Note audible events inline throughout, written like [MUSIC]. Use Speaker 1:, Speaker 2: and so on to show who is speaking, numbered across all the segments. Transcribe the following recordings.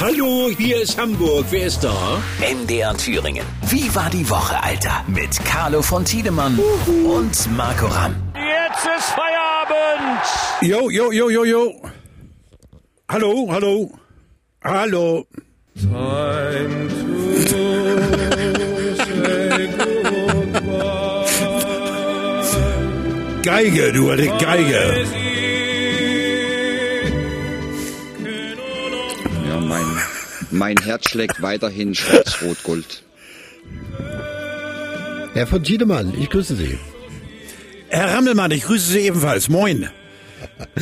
Speaker 1: Hallo, hier ist Hamburg. Wer ist da?
Speaker 2: MDR Thüringen. Wie war die Woche, Alter? Mit Carlo von Tiedemann und Marco Ramm.
Speaker 3: Jetzt ist Feierabend.
Speaker 4: Jo, jo, jo, jo, jo. Hallo, hallo. Hallo. Geige, du alte Geige.
Speaker 5: Ja, mein, mein Herz schlägt weiterhin schwarz-rot-gold.
Speaker 6: Herr von Tiedemann, ich grüße Sie.
Speaker 4: Herr Rammelmann, ich grüße Sie ebenfalls. Moin.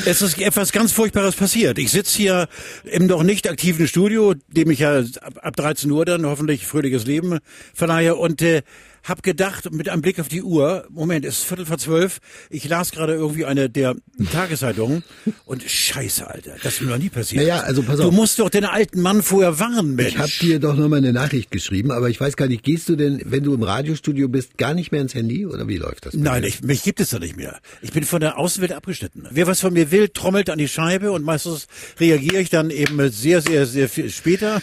Speaker 4: Es ist etwas ganz Furchtbares passiert. Ich sitze hier im noch nicht aktiven Studio, dem ich ja ab, ab 13 Uhr dann hoffentlich fröhliches Leben verleihe und äh, hab gedacht, mit einem Blick auf die Uhr, Moment, es ist Viertel vor zwölf, ich las gerade irgendwie eine der Tageszeitungen und scheiße, Alter, das ist mir noch nie passiert.
Speaker 6: Naja, also pass
Speaker 4: Du
Speaker 6: auf.
Speaker 4: musst doch den alten Mann vorher warnen, Mensch.
Speaker 6: Ich habe dir doch nochmal eine Nachricht geschrieben, aber ich weiß gar nicht, gehst du denn, wenn du im Radiostudio bist, gar nicht mehr ins Handy oder wie läuft das? bei
Speaker 4: Nein,
Speaker 6: dir?
Speaker 4: ich, mich gibt es da nicht mehr. Ich bin von der Außenwelt abgeschnitten. Wer was von mir will, trommelt an die Scheibe und meistens reagiere ich dann eben sehr, sehr, sehr viel später.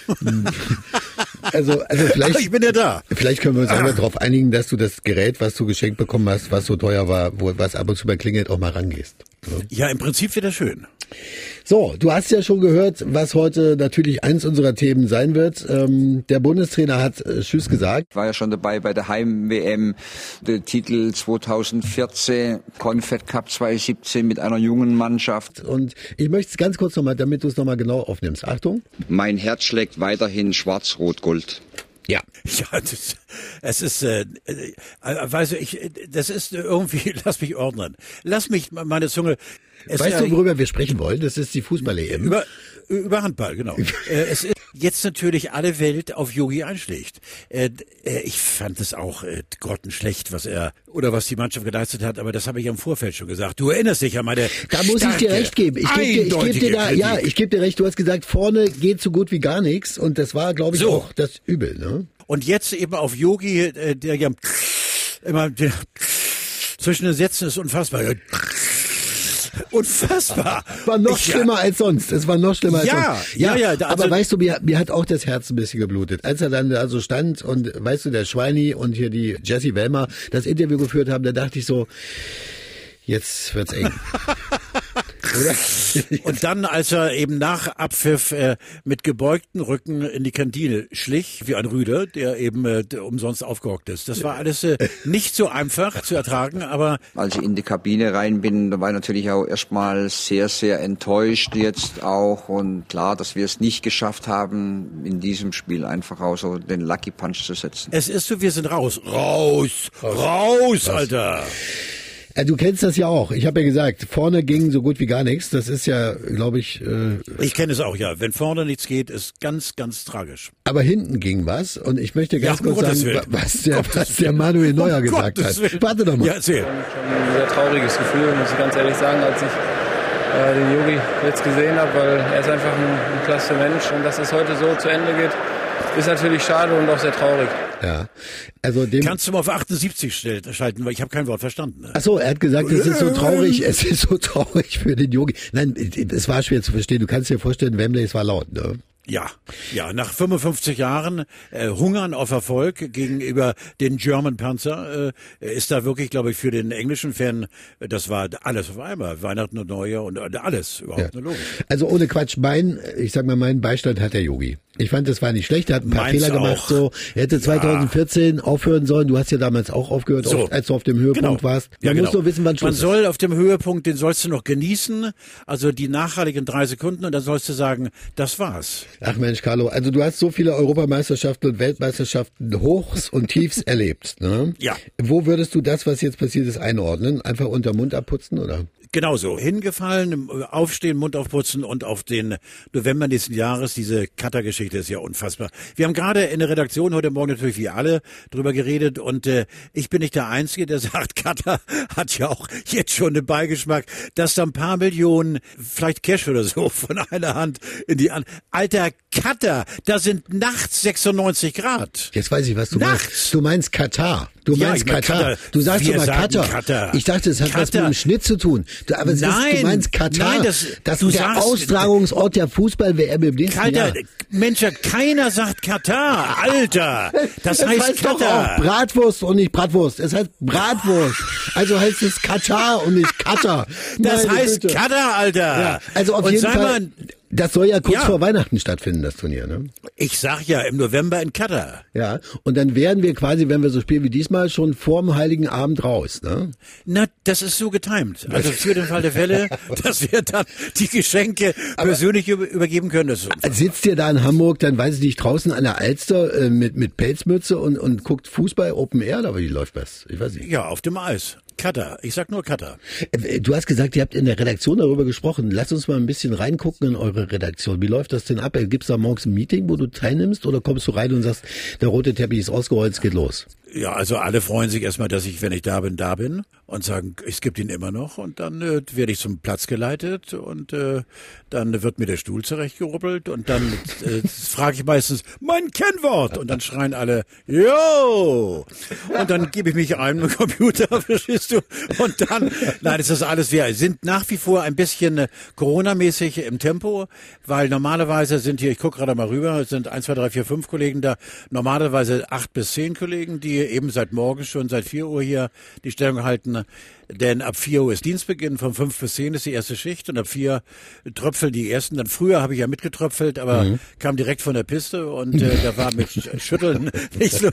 Speaker 6: Also, also [LAUGHS]
Speaker 4: [LAUGHS]
Speaker 6: vielleicht,
Speaker 4: ich bin ja da.
Speaker 6: vielleicht können wir uns einmal darauf einigen, dass du das Gerät, was du geschenkt bekommen hast, was so teuer war, wo, was ab und zu mal klingelt, auch mal rangehst.
Speaker 4: Ja, im Prinzip wird das schön. [LAUGHS]
Speaker 6: So, du hast ja schon gehört, was heute natürlich eins unserer Themen sein wird. Ähm, der Bundestrainer hat äh, Tschüss gesagt.
Speaker 5: Ich war ja schon dabei bei der Heim-WM, der Titel 2014, Confed Cup 2017 mit einer jungen Mannschaft.
Speaker 6: Und ich möchte es ganz kurz nochmal, damit du es nochmal genau aufnimmst. Achtung.
Speaker 5: Mein Herz schlägt weiterhin schwarz-rot-gold.
Speaker 6: Ja.
Speaker 4: Ja, das, es ist, äh, äh, weißt du, ich, äh, das ist irgendwie, [LAUGHS] lass mich ordnen. Lass mich meine Zunge. Es
Speaker 6: weißt
Speaker 4: ist,
Speaker 6: du, worüber wir sprechen wollen? Das ist die Fußball-EM.
Speaker 4: Über, über Handball, genau. äh, es ist jetzt natürlich alle Welt auf Yogi einschlägt. Äh, d- äh, ich fand es auch äh, grottenschlecht, was er oder was die Mannschaft geleistet hat, aber das habe ich ja im Vorfeld schon gesagt. Du erinnerst dich an meine
Speaker 6: Da muss ich
Speaker 4: starke,
Speaker 6: dir recht geben. Ich gebe dir, ich geb dir
Speaker 4: eindeutige
Speaker 6: da, ja,
Speaker 4: Kritik.
Speaker 6: ich gebe dir recht. Du hast gesagt, vorne geht so gut wie gar nichts und das war, glaube ich,
Speaker 4: So.
Speaker 6: auch das Übel. Ne?
Speaker 4: Und jetzt eben auf Yogi, äh, der ja immer der zwischen den Sätzen ist unfassbar. Unfassbar.
Speaker 6: War noch
Speaker 4: Ich-
Speaker 6: schlimmer als sonst. Es war noch schlimmer
Speaker 4: Ja,
Speaker 6: als sonst.
Speaker 4: ja, ja, da-
Speaker 6: aber
Speaker 4: also-
Speaker 6: weißt du, mir, mir hat auch das Herz ein bisschen geblutet, als er dann da so stand und weißt du, der Schweini und hier die Jessie Wellmer das Interview geführt haben. Da dachte ich so, jetzt wird's
Speaker 4: [LAUGHS]
Speaker 6: eng. Oder?
Speaker 4: Und dann, als er eben nach Abpfiff äh, mit gebeugtem Rücken in die Kantine schlich, wie ein Rüde, der eben äh, der umsonst aufgehockt ist. Das war alles äh, nicht so einfach zu ertragen, aber
Speaker 5: Als ich in die Kabine rein bin, da war ich natürlich auch erstmal sehr, sehr enttäuscht jetzt auch. Und klar, dass wir es nicht geschafft haben, in diesem Spiel einfach auch so den Lucky Punch zu setzen.
Speaker 4: es ist so, wir sind raus. Raus! Raus, Alter!
Speaker 6: Ja, Äh, du kennst das ja auch. Ich habe ja gesagt, vorne ging so gut wie gar nichts. Das ist ja, glaube ich, äh,
Speaker 4: Ich kenne es auch, ja. Wenn vorne nichts geht, ist ganz, ganz tragisch.
Speaker 6: Aber hinten ging was und ich möchte ganz
Speaker 4: um
Speaker 6: kurz
Speaker 4: Gottes
Speaker 6: sagen,
Speaker 4: Willen. Um
Speaker 6: wa- was der,
Speaker 4: Gottes
Speaker 6: was der
Speaker 4: Willen.
Speaker 6: Manuel Neuer gesagt
Speaker 4: Gottes
Speaker 6: hat.
Speaker 4: Willen.
Speaker 6: Warte doch mal.
Speaker 4: Ja, erzähl.
Speaker 7: schon ein sehr trauriges Gefühl, muss ich ganz ehrlich sagen, als ich äh, den Yogi jetzt gesehen habe, weil er ist einfach ein, ein klasse Mensch und dass es heute so zu Ende geht, ist natürlich schade und auch sehr traurig.
Speaker 6: Ja. Also dem.
Speaker 4: Kannst du mal auf 78 stell- schalten, weil ich habe kein Wort verstanden. Ne?
Speaker 6: Ach so, er hat gesagt, es ist so traurig, es ist so traurig für den Yogi. Nein, es war schwer zu verstehen. Du kannst dir vorstellen, Wembley, es war laut, ne?
Speaker 4: Ja, ja, nach 55 Jahren äh, Hungern auf Erfolg gegenüber den German Panzer äh, ist da wirklich, glaube ich, für den englischen Fan, äh, das war alles auf einmal, Weihnachten und Neujahr und äh, alles, überhaupt
Speaker 6: Ja.
Speaker 4: nur logisch.
Speaker 6: Also ohne Quatsch, mein, ich sag mal, mein Beistand hat der Yogi. Ich fand, das war nicht schlecht, er hat ein paar
Speaker 4: Meins
Speaker 6: Fehler gemacht,
Speaker 4: auch.
Speaker 6: so. Er hätte 2014 aufhören sollen, du hast ja damals auch aufgehört,
Speaker 4: So.
Speaker 6: auf- als du auf dem Höhepunkt warst. Man
Speaker 4: Ja, genau.
Speaker 6: muss nur wissen, wann Schluss
Speaker 4: Man
Speaker 6: ist.
Speaker 4: soll auf dem Höhepunkt, den sollst du noch genießen, also die nachhaltigen drei Sekunden und dann sollst du sagen, das war's.
Speaker 6: Ach Mensch, Carlo, also du hast so viele Europameisterschaften und Weltmeisterschaften Hochs
Speaker 4: [LAUGHS]
Speaker 6: und Tiefs erlebt. Ne?
Speaker 4: Ja.
Speaker 6: Wo würdest du das, was jetzt passiert ist, einordnen? Einfach unter Mund abputzen, oder?
Speaker 4: Genauso, hingefallen, äh, aufstehen, Mund aufputzen und auf den November nächsten Jahres, diese Cutter-Geschichte ist ja unfassbar. Wir haben gerade in der Redaktion heute Morgen natürlich wie alle drüber geredet und äh, ich bin nicht der Einzige, der [LAUGHS] sagt, Cutter hat ja auch jetzt schon den Beigeschmack, dass da ein paar Millionen, vielleicht Cash oder so, [LAUGHS] von einer Hand in die andere. Alter Cutter, da sind nachts 96 Grad.
Speaker 6: Jetzt weiß ich, was du
Speaker 4: Nachts.
Speaker 6: meinst. Du meinst Katar. Du
Speaker 4: Ja,
Speaker 6: meinst
Speaker 4: ich mein
Speaker 6: Katar.
Speaker 4: Katar.
Speaker 6: Du sagst
Speaker 4: Wir
Speaker 6: immer
Speaker 4: sagen
Speaker 6: Katar.
Speaker 4: Katar.
Speaker 6: Ich dachte, es hat was
Speaker 4: Katar.
Speaker 6: mit dem Schnitt zu tun. Du, aber es ist,
Speaker 4: Nein,
Speaker 6: du meinst Katar.
Speaker 4: nein, das-
Speaker 6: das
Speaker 4: du
Speaker 6: ist der
Speaker 4: sagst-
Speaker 6: Austragungsort der Fußball-WM im nächsten
Speaker 4: Alter,
Speaker 6: Jahr.
Speaker 4: Mensch, keiner sagt Katar,
Speaker 6: [LAUGHS]
Speaker 4: Alter. Das
Speaker 6: es
Speaker 4: heißt
Speaker 6: doch auch
Speaker 4: Katar.
Speaker 6: Bratwurst und nicht Bratwurst. Es heißt Bratwurst. Also heißt es Katar und nicht Katar.
Speaker 4: Das
Speaker 6: Meine
Speaker 4: heißt
Speaker 6: Güte.
Speaker 4: Katar, Alter.
Speaker 6: Ja, also auf
Speaker 4: Und
Speaker 6: jeden
Speaker 4: sei
Speaker 6: Fall.
Speaker 4: mal,
Speaker 6: das soll ja kurz
Speaker 4: Ja.
Speaker 6: vor Weihnachten stattfinden, das Turnier, ne?
Speaker 4: ich sag ja im November in Katar.
Speaker 6: Ja. Und dann wären wir quasi, wenn wir so spielen wie diesmal, schon vorm Heiligen Abend raus, ne?
Speaker 4: Na, das ist so getimt. Also für den Fall der
Speaker 6: [LAUGHS]
Speaker 4: Fälle, dass wir dann die Geschenke persönlich über- übergeben können. Das ist
Speaker 6: Also Sitzt ihr da in Hamburg, dann weiß ich nicht, draußen an der Alster äh, mit, mit Pelzmütze und, und guckt Fußball Open Air, oder wie läuft das? Ich weiß nicht.
Speaker 4: ja, auf dem Eis. Katar. Ich sag nur Katar.
Speaker 6: Äh, Du hast gesagt, ihr habt in der Redaktion darüber gesprochen. Lasst uns mal ein bisschen reingucken in eure Redaktion. Wie läuft das denn ab? Gibt es da morgens ein Meeting, wo du teilnimmst oder kommst du rein und sagst, der rote Teppich ist ausgerollt, es geht los?
Speaker 4: Ja, also alle freuen sich erstmal, dass ich, wenn ich da bin, da bin und sagen, es gibt ihn immer noch und dann äh, werde ich zum Platz geleitet und äh, dann wird mir der Stuhl zurechtgeruppelt und dann äh, frage ich meistens mein Kennwort und dann schreien alle Jo und dann gebe ich mich einem [LAUGHS] Computer, verstehst du? Und dann, nein, es ist alles wir sind nach wie vor ein bisschen äh, Corona-mäßig im Tempo, weil normalerweise sind hier, ich gucke gerade mal rüber, es sind 1, 2, 3, 4, 5 Kollegen da, normalerweise 8 bis 10 Kollegen, die eben seit morgen schon, seit 4 Uhr hier die Stellung halten, denn ab 4 Uhr ist Dienstbeginn, von 5 bis 10 ist die erste Schicht und ab 4 tröpfeln die ersten, dann früher habe ich ja mitgetröpfelt, aber kam direkt von der Piste und äh, da war mit Sch- [LAUGHS] Schütteln nicht so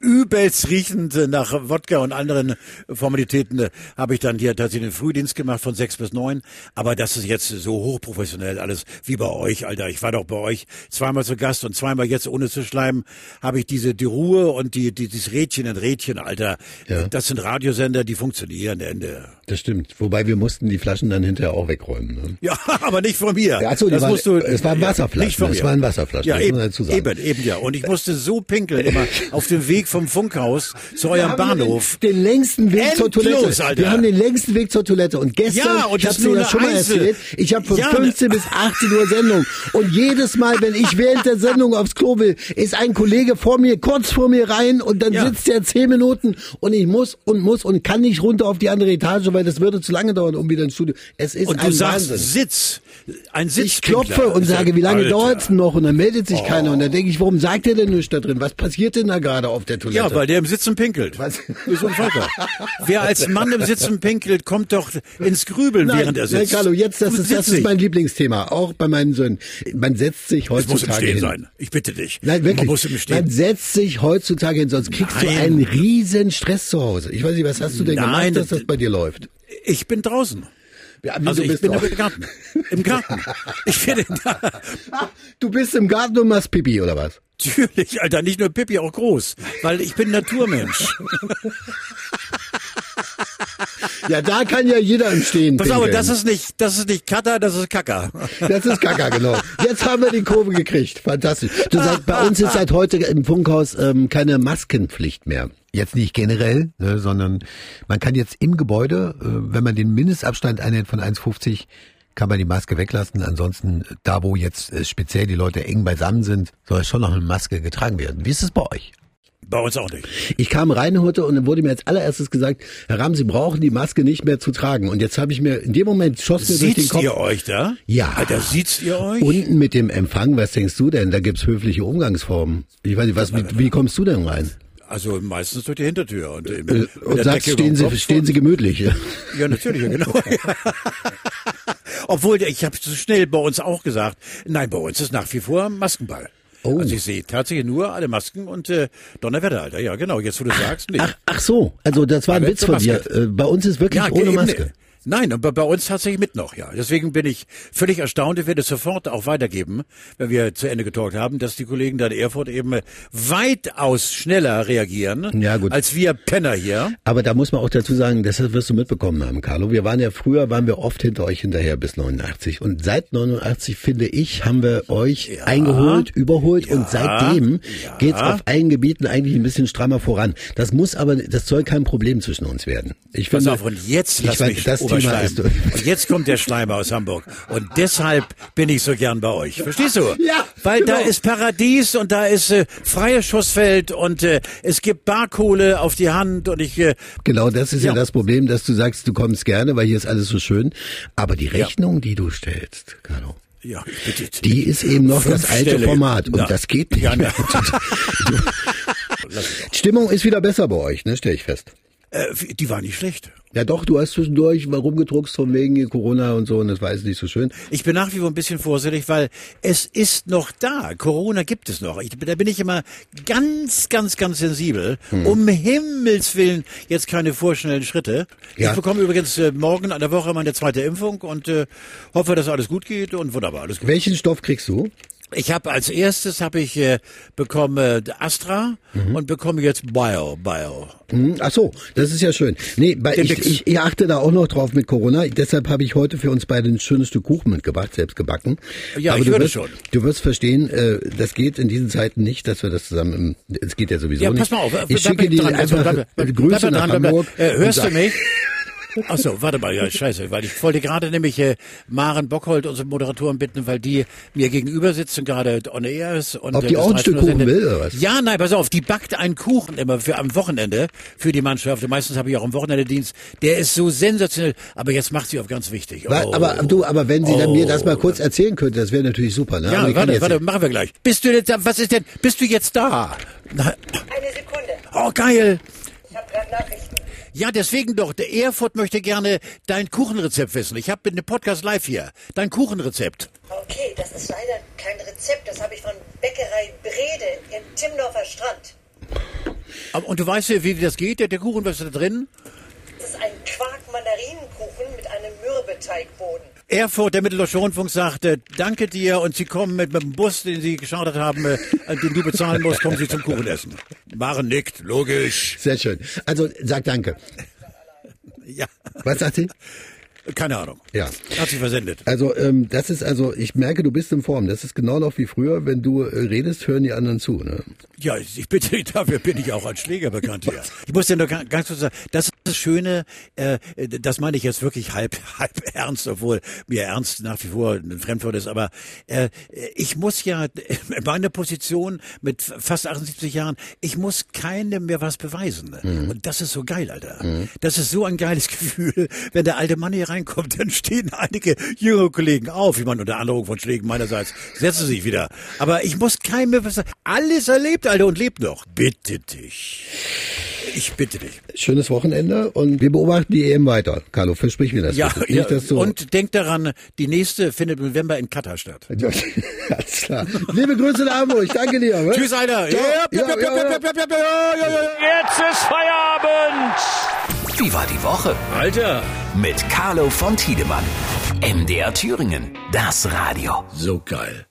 Speaker 4: übelst riechend äh, nach Wodka und anderen Formalitäten äh, habe ich dann hier tatsächlich den Frühdienst gemacht von sechs bis neun. Aber das ist jetzt so hochprofessionell alles wie bei euch, Alter. Ich war doch bei euch zweimal zu Gast und zweimal jetzt ohne zu schleimen habe ich diese die Ruhe und die, die dieses Rädchen in Rädchen, Alter.
Speaker 6: Ja.
Speaker 4: Das sind Radiosender, die funktionieren Ende.
Speaker 6: Das stimmt. Wobei wir mussten die Flaschen dann hinterher auch wegräumen. Ne?
Speaker 4: Ja, [LAUGHS] aber nicht von mir.
Speaker 6: Ja, ach so, die
Speaker 4: das
Speaker 6: waren-
Speaker 4: musst du,
Speaker 6: es waren
Speaker 4: ja,
Speaker 6: Wasserflaschen,
Speaker 4: nicht von
Speaker 6: es
Speaker 4: mir.
Speaker 6: waren Wasserflaschen,
Speaker 4: Ja,
Speaker 6: das muss
Speaker 4: eben,
Speaker 6: man dazu sagen.
Speaker 4: eben, eben, ja. Und ich musste so pinkeln
Speaker 6: [LAUGHS]
Speaker 4: immer auf dem Weg vom Funkhaus zu eurem Bahnhof.
Speaker 6: Den, den längsten Weg zur
Speaker 4: Endlos,
Speaker 6: Toilette.
Speaker 4: Alter.
Speaker 6: Wir haben den längsten Weg zur Toilette. Und gestern,
Speaker 4: Ja, und
Speaker 6: ich
Speaker 4: das
Speaker 6: habe
Speaker 4: ist nur
Speaker 6: dir das
Speaker 4: eine
Speaker 6: schon mal
Speaker 4: Einzel.
Speaker 6: erzählt, ich habe von
Speaker 4: Ja, ne-
Speaker 6: 15 bis 18 Uhr Sendung. Und jedes Mal, wenn ich während der Sendung aufs Klo will, ist ein Kollege vor mir, kurz vor mir rein und dann
Speaker 4: Ja.
Speaker 6: sitzt der 10 Minuten und ich muss und muss und kann nicht runter auf die andere Etage, weil das würde zu lange dauern, um wieder ins Studio. Es ist
Speaker 4: Und
Speaker 6: ein
Speaker 4: du sagst
Speaker 6: Wahnsinn.
Speaker 4: Sitz. Ein Sitz.
Speaker 6: Ich klopfe und sage, wie lange dauert's denn noch? Und dann meldet sich keiner.
Speaker 4: Oh.
Speaker 6: Und dann denke ich, warum sagt ihr denn nichts da drin? Was passiert denn da gerade auf der Toilette?
Speaker 4: Ja, weil der im Sitzen pinkelt.
Speaker 6: Was?
Speaker 4: Ist unfassbar. Wer als Mann im Sitzen pinkelt, kommt doch ins Grübeln,
Speaker 6: [LAUGHS] Nein,
Speaker 4: während er sitzt.
Speaker 6: Nein, Carlo, jetzt, das,
Speaker 4: Du
Speaker 6: ist, das
Speaker 4: sitzt
Speaker 6: ist mein
Speaker 4: nicht.
Speaker 6: Lieblingsthema, auch bei meinen Söhnen. Man setzt sich
Speaker 4: Es muss
Speaker 6: heutzutage
Speaker 4: im Stehen
Speaker 6: hin.
Speaker 4: sein. Ich bitte dich.
Speaker 6: Nein, wirklich.
Speaker 4: Man muss im
Speaker 6: Man
Speaker 4: Stehen.
Speaker 6: setzt sich heutzutage hin, sonst kriegst du
Speaker 4: Nein.
Speaker 6: einen riesen Stress zu Hause. Ich weiß nicht, was hast du denn
Speaker 4: Nein,
Speaker 6: gemacht, dass
Speaker 4: das-
Speaker 6: das bei dir läuft?
Speaker 4: Ich bin draußen.
Speaker 6: Ja,
Speaker 4: Also
Speaker 6: du,
Speaker 4: ich
Speaker 6: bist
Speaker 4: bin
Speaker 6: doch-
Speaker 4: im Garten. Im Garten. Ich bin da.
Speaker 6: [LAUGHS] du bist im Garten und machst Pipi, oder was?
Speaker 4: Natürlich, Alter, nicht nur Pippi, auch groß. Weil ich bin
Speaker 6: [LAUGHS]
Speaker 4: Naturmensch.
Speaker 6: Ja, da kann ja jeder im Stehen
Speaker 4: Pass auf,
Speaker 6: pinkeln.
Speaker 4: das ist nicht, das ist nicht Katar, das ist Kacker.
Speaker 6: Das ist Kaka, genau. Jetzt haben wir die Kurve gekriegt. Fantastisch. Du seit, bei uns ist seit heute im Funkhaus ähm, keine Maskenpflicht mehr. Jetzt nicht generell, ne, sondern man kann jetzt im Gebäude, äh, wenn man den Mindestabstand einhält von 1,50, kann man die Maske weglassen. Ansonsten, äh, da wo jetzt äh, speziell die Leute eng beisammen sind, soll schon noch eine Maske getragen werden. Wie ist es bei euch?
Speaker 4: Bei uns auch nicht.
Speaker 6: Ich kam rein heute und dann wurde mir als allererstes gesagt, Herr Rahm, Sie brauchen die Maske nicht mehr zu tragen. Und jetzt habe ich mir, in dem Moment schoss mir durch den
Speaker 4: Sieht's
Speaker 6: Kopf.
Speaker 4: ihr euch da?
Speaker 6: Ja.
Speaker 4: Alter, sieht's ihr euch?
Speaker 6: Unten mit dem Empfang, was denkst du denn? Da gibt's höfliche Umgangsformen. Ich weiß nicht, was, wie, wie kommst du denn rein?
Speaker 4: also meistens durch die Hintertür. Und, äh, mit
Speaker 6: Äh,
Speaker 4: der
Speaker 6: Und sagst,
Speaker 4: Decke über
Speaker 6: stehen
Speaker 4: dem
Speaker 6: Sie,
Speaker 4: Kopf
Speaker 6: stehen Sie gemütlich.
Speaker 4: Ja, natürlich, ja,
Speaker 6: [LAUGHS]
Speaker 4: genau. Obwohl, ich habe so schnell bei uns auch gesagt, nein, bei uns ist nach wie vor Maskenball.
Speaker 6: Oh.
Speaker 4: Also ich sehe tatsächlich nur alle Masken und äh, Donnerwetter, Alter. Ja, genau, jetzt wo du sagst, nicht.
Speaker 6: Ach, ach so, also das war ein
Speaker 4: Aber
Speaker 6: Witz
Speaker 4: zur
Speaker 6: von dir.
Speaker 4: Maske.
Speaker 6: Äh, Bei uns ist wirklich
Speaker 4: ja,
Speaker 6: ohne
Speaker 4: eben,
Speaker 6: Maske.
Speaker 4: ne. Nein, aber bei uns tatsächlich mit noch, ja. Deswegen bin ich völlig erstaunt, ich werde es sofort auch weitergeben, wenn wir zu Ende getalkt haben, dass die Kollegen da in Erfurt eben äh, weitaus schneller reagieren,
Speaker 6: Ja, gut.
Speaker 4: als wir Penner hier.
Speaker 6: Aber da muss man auch dazu sagen, das wirst du mitbekommen haben, Carlo. Wir waren ja früher, waren wir oft hinter euch hinterher bis 89. Und seit 89, finde ich, haben wir euch eingeholt, überholt. und seitdem geht's auf allen Gebieten eigentlich ein bisschen strammer voran. Das muss aber, das soll kein Problem zwischen uns werden. Ich
Speaker 4: Pass
Speaker 6: finde,
Speaker 4: auf, und jetzt
Speaker 6: Genau. ich
Speaker 4: lass
Speaker 6: weiß,
Speaker 4: mich
Speaker 6: das Thema
Speaker 4: Oberschleim.
Speaker 6: ist durch.
Speaker 4: Und jetzt kommt der Schleim aus Hamburg. Und deshalb bin ich so gern bei euch. Verstehst du?
Speaker 6: Ja,
Speaker 4: Weil da
Speaker 6: genau.
Speaker 4: ist Paradies und da ist äh, freies Schussfeld und äh, es gibt Barkohle auf die Hand und ich äh,
Speaker 6: [LAUGHS] Genau, das ist ja.
Speaker 4: Ja.
Speaker 6: das Problem, dass du sagst, du kommst gerne, weil hier ist alles so schön. Aber die Rechnung, die du stellst, Carlo,
Speaker 4: ja, ich bitte.
Speaker 6: die ist eben noch das alte
Speaker 4: Fünfstellig.
Speaker 6: Format. Und
Speaker 4: Ja.
Speaker 6: das geht nicht.
Speaker 4: Ja,
Speaker 6: [LAUGHS] mehr. Stimmung ist wieder besser bei euch, ne? Stell ich fest.
Speaker 4: Äh, die war nicht schlecht.
Speaker 6: Ja doch, du hast zwischendurch mal rumgedruckst von wegen Corona und so und das war alles nicht so schön.
Speaker 4: Ich bin nach wie vor ein bisschen vorsichtig, weil es ist noch da. Corona gibt es noch. Ich, da bin ich immer ganz, ganz, ganz sensibel.
Speaker 6: Hm.
Speaker 4: Um Himmels Willen jetzt keine vorschnellen Schritte.
Speaker 6: Ja.
Speaker 4: Ich bekomme übrigens äh, morgen an der Woche meine zweite Impfung und äh, hoffe, dass alles gut geht und wunderbar alles gut.
Speaker 6: Welchen Stoff kriegst du?
Speaker 4: Ich habe als erstes habe ich äh, bekomme Astra
Speaker 6: Mhm.
Speaker 4: und bekomme jetzt Bio Bio.
Speaker 6: Hm, ach so, das ist ja schön. Nee, bei,
Speaker 4: Der
Speaker 6: ich,
Speaker 4: Mix.
Speaker 6: ich, ich achte da auch noch drauf mit Corona. Deshalb habe ich heute für uns beide ein schönes Stück Kuchen mitgebracht, selbst gebacken.
Speaker 4: Ja, ich
Speaker 6: du
Speaker 4: höre
Speaker 6: wirst,
Speaker 4: schon.
Speaker 6: Du wirst verstehen, äh, das geht in diesen Zeiten nicht, dass wir das zusammen. Im, es geht ja sowieso
Speaker 4: Ja,
Speaker 6: nicht.
Speaker 4: pass mal auf. bleib
Speaker 6: Ich schicke dir
Speaker 4: dran, also
Speaker 6: einfach
Speaker 4: bleib- bleib-
Speaker 6: Grüße
Speaker 4: bleib
Speaker 6: nach
Speaker 4: dran, bleib-
Speaker 6: Hamburg.
Speaker 4: Äh,
Speaker 6: und
Speaker 4: hörst du
Speaker 6: sag-
Speaker 4: mich? Ach so, warte mal, ja, scheiße, weil ich wollte gerade nämlich äh, Maren Bockhold, unsere Moderatorin, bitten, weil die mir gegenüber sitzt und gerade on air ist. Und,
Speaker 6: Ob
Speaker 4: äh,
Speaker 6: die
Speaker 4: das
Speaker 6: auch ein Stück
Speaker 4: 13 Uhr
Speaker 6: Kuchen
Speaker 4: sendet.
Speaker 6: will, oder was?
Speaker 4: Ja, nein, pass auf, die backt einen Kuchen immer für am Wochenende für die Mannschaft. Und meistens habe ich auch am Wochenende Dienst. Der ist so sensationell, aber jetzt macht sie auf ganz wichtig.
Speaker 6: Wa-
Speaker 4: Oh.
Speaker 6: Aber du, aber wenn sie dann mir das mal kurz erzählen könnte, das wäre natürlich super. Ne? aber
Speaker 4: ja,
Speaker 6: ich kann
Speaker 4: warte,
Speaker 6: jetzt
Speaker 4: warte, machen wir gleich. Bist du jetzt, da- was ist denn, bist du jetzt da? Na,
Speaker 8: Eine Sekunde.
Speaker 4: oh, geil.
Speaker 8: Ich habe gerade Nachrichten.
Speaker 4: Ja, deswegen doch. Der Erfurt möchte gerne dein Kuchenrezept wissen. Ich habe den Podcast live hier. Dein Kuchenrezept.
Speaker 8: Okay, das ist leider kein Rezept. Das habe ich von Bäckerei Brede im Timdorfer Strand.
Speaker 4: Aber- Und du weißt ja, wie das geht? Der der Kuchen, was ist da drin?
Speaker 8: Das ist ein Quark-Mandarinenkuchen mit einem Mürbeteigboden.
Speaker 4: Erfurt, der Mitteldeutsche Rundfunk sagte, danke dir und sie kommen mit, mit dem Bus, den sie geschadet haben, äh, den du bezahlen musst, kommen sie zum Kuchenessen. Maren nickt, logisch.
Speaker 6: Sehr schön. Also sag danke.
Speaker 4: Ja,
Speaker 6: Was sagt sie?
Speaker 4: keine Ahnung.
Speaker 6: Ja.
Speaker 4: Hat sich versendet.
Speaker 6: Also ähm, das ist also, ich merke, du bist in Form. Das ist genau noch wie früher, wenn du äh, redest, hören die anderen zu. Ne?
Speaker 4: Ja, ich bitte, [LAUGHS] dafür bin ich auch als Schläger bekannt hier. Ich muss dir nur ga- ganz kurz sagen, das ist das Schöne, äh, das meine ich jetzt wirklich halb, [LAUGHS] halb ernst, obwohl mir ernst nach wie vor ein Fremdwort ist, aber äh, ich muss ja [LAUGHS] in meiner Position mit fast 78 Jahren, ich muss keinem mehr was beweisen. ne?
Speaker 6: Mhm.
Speaker 4: Und das ist so geil, Alter. Das ist so ein geiles [LAUGHS] Gefühl, wenn der alte Mann hier reinkommt, dann stehen einige jüngere Kollegen auf, ich meine, unter Androhung von Schlägen meinerseits, setzen sich wieder. Aber ich muss keinem mehr was sagen. Alles erlebt, Alter, und lebt noch. Bitte dich. Ich bitte dich.
Speaker 6: Schönes Wochenende und wir beobachten die EM weiter. Carlo, versprich mir das.
Speaker 4: Ja,
Speaker 6: bitte.
Speaker 4: ja
Speaker 6: Nicht, dass du
Speaker 4: und denk daran, die nächste findet im November in Katar statt.
Speaker 6: [LAUGHS] Alles klar. Liebe Grüße nach Hamburg. Danke dir. ne?
Speaker 4: Tschüss, Alter.
Speaker 6: Ciao. Ja, ja, ja.
Speaker 3: Jetzt ist Feierabend.
Speaker 2: Wie war die Woche?
Speaker 1: Alter!
Speaker 2: Mit Carlo von Tiedemann. MDR Thüringen. Das Radio.
Speaker 1: So geil.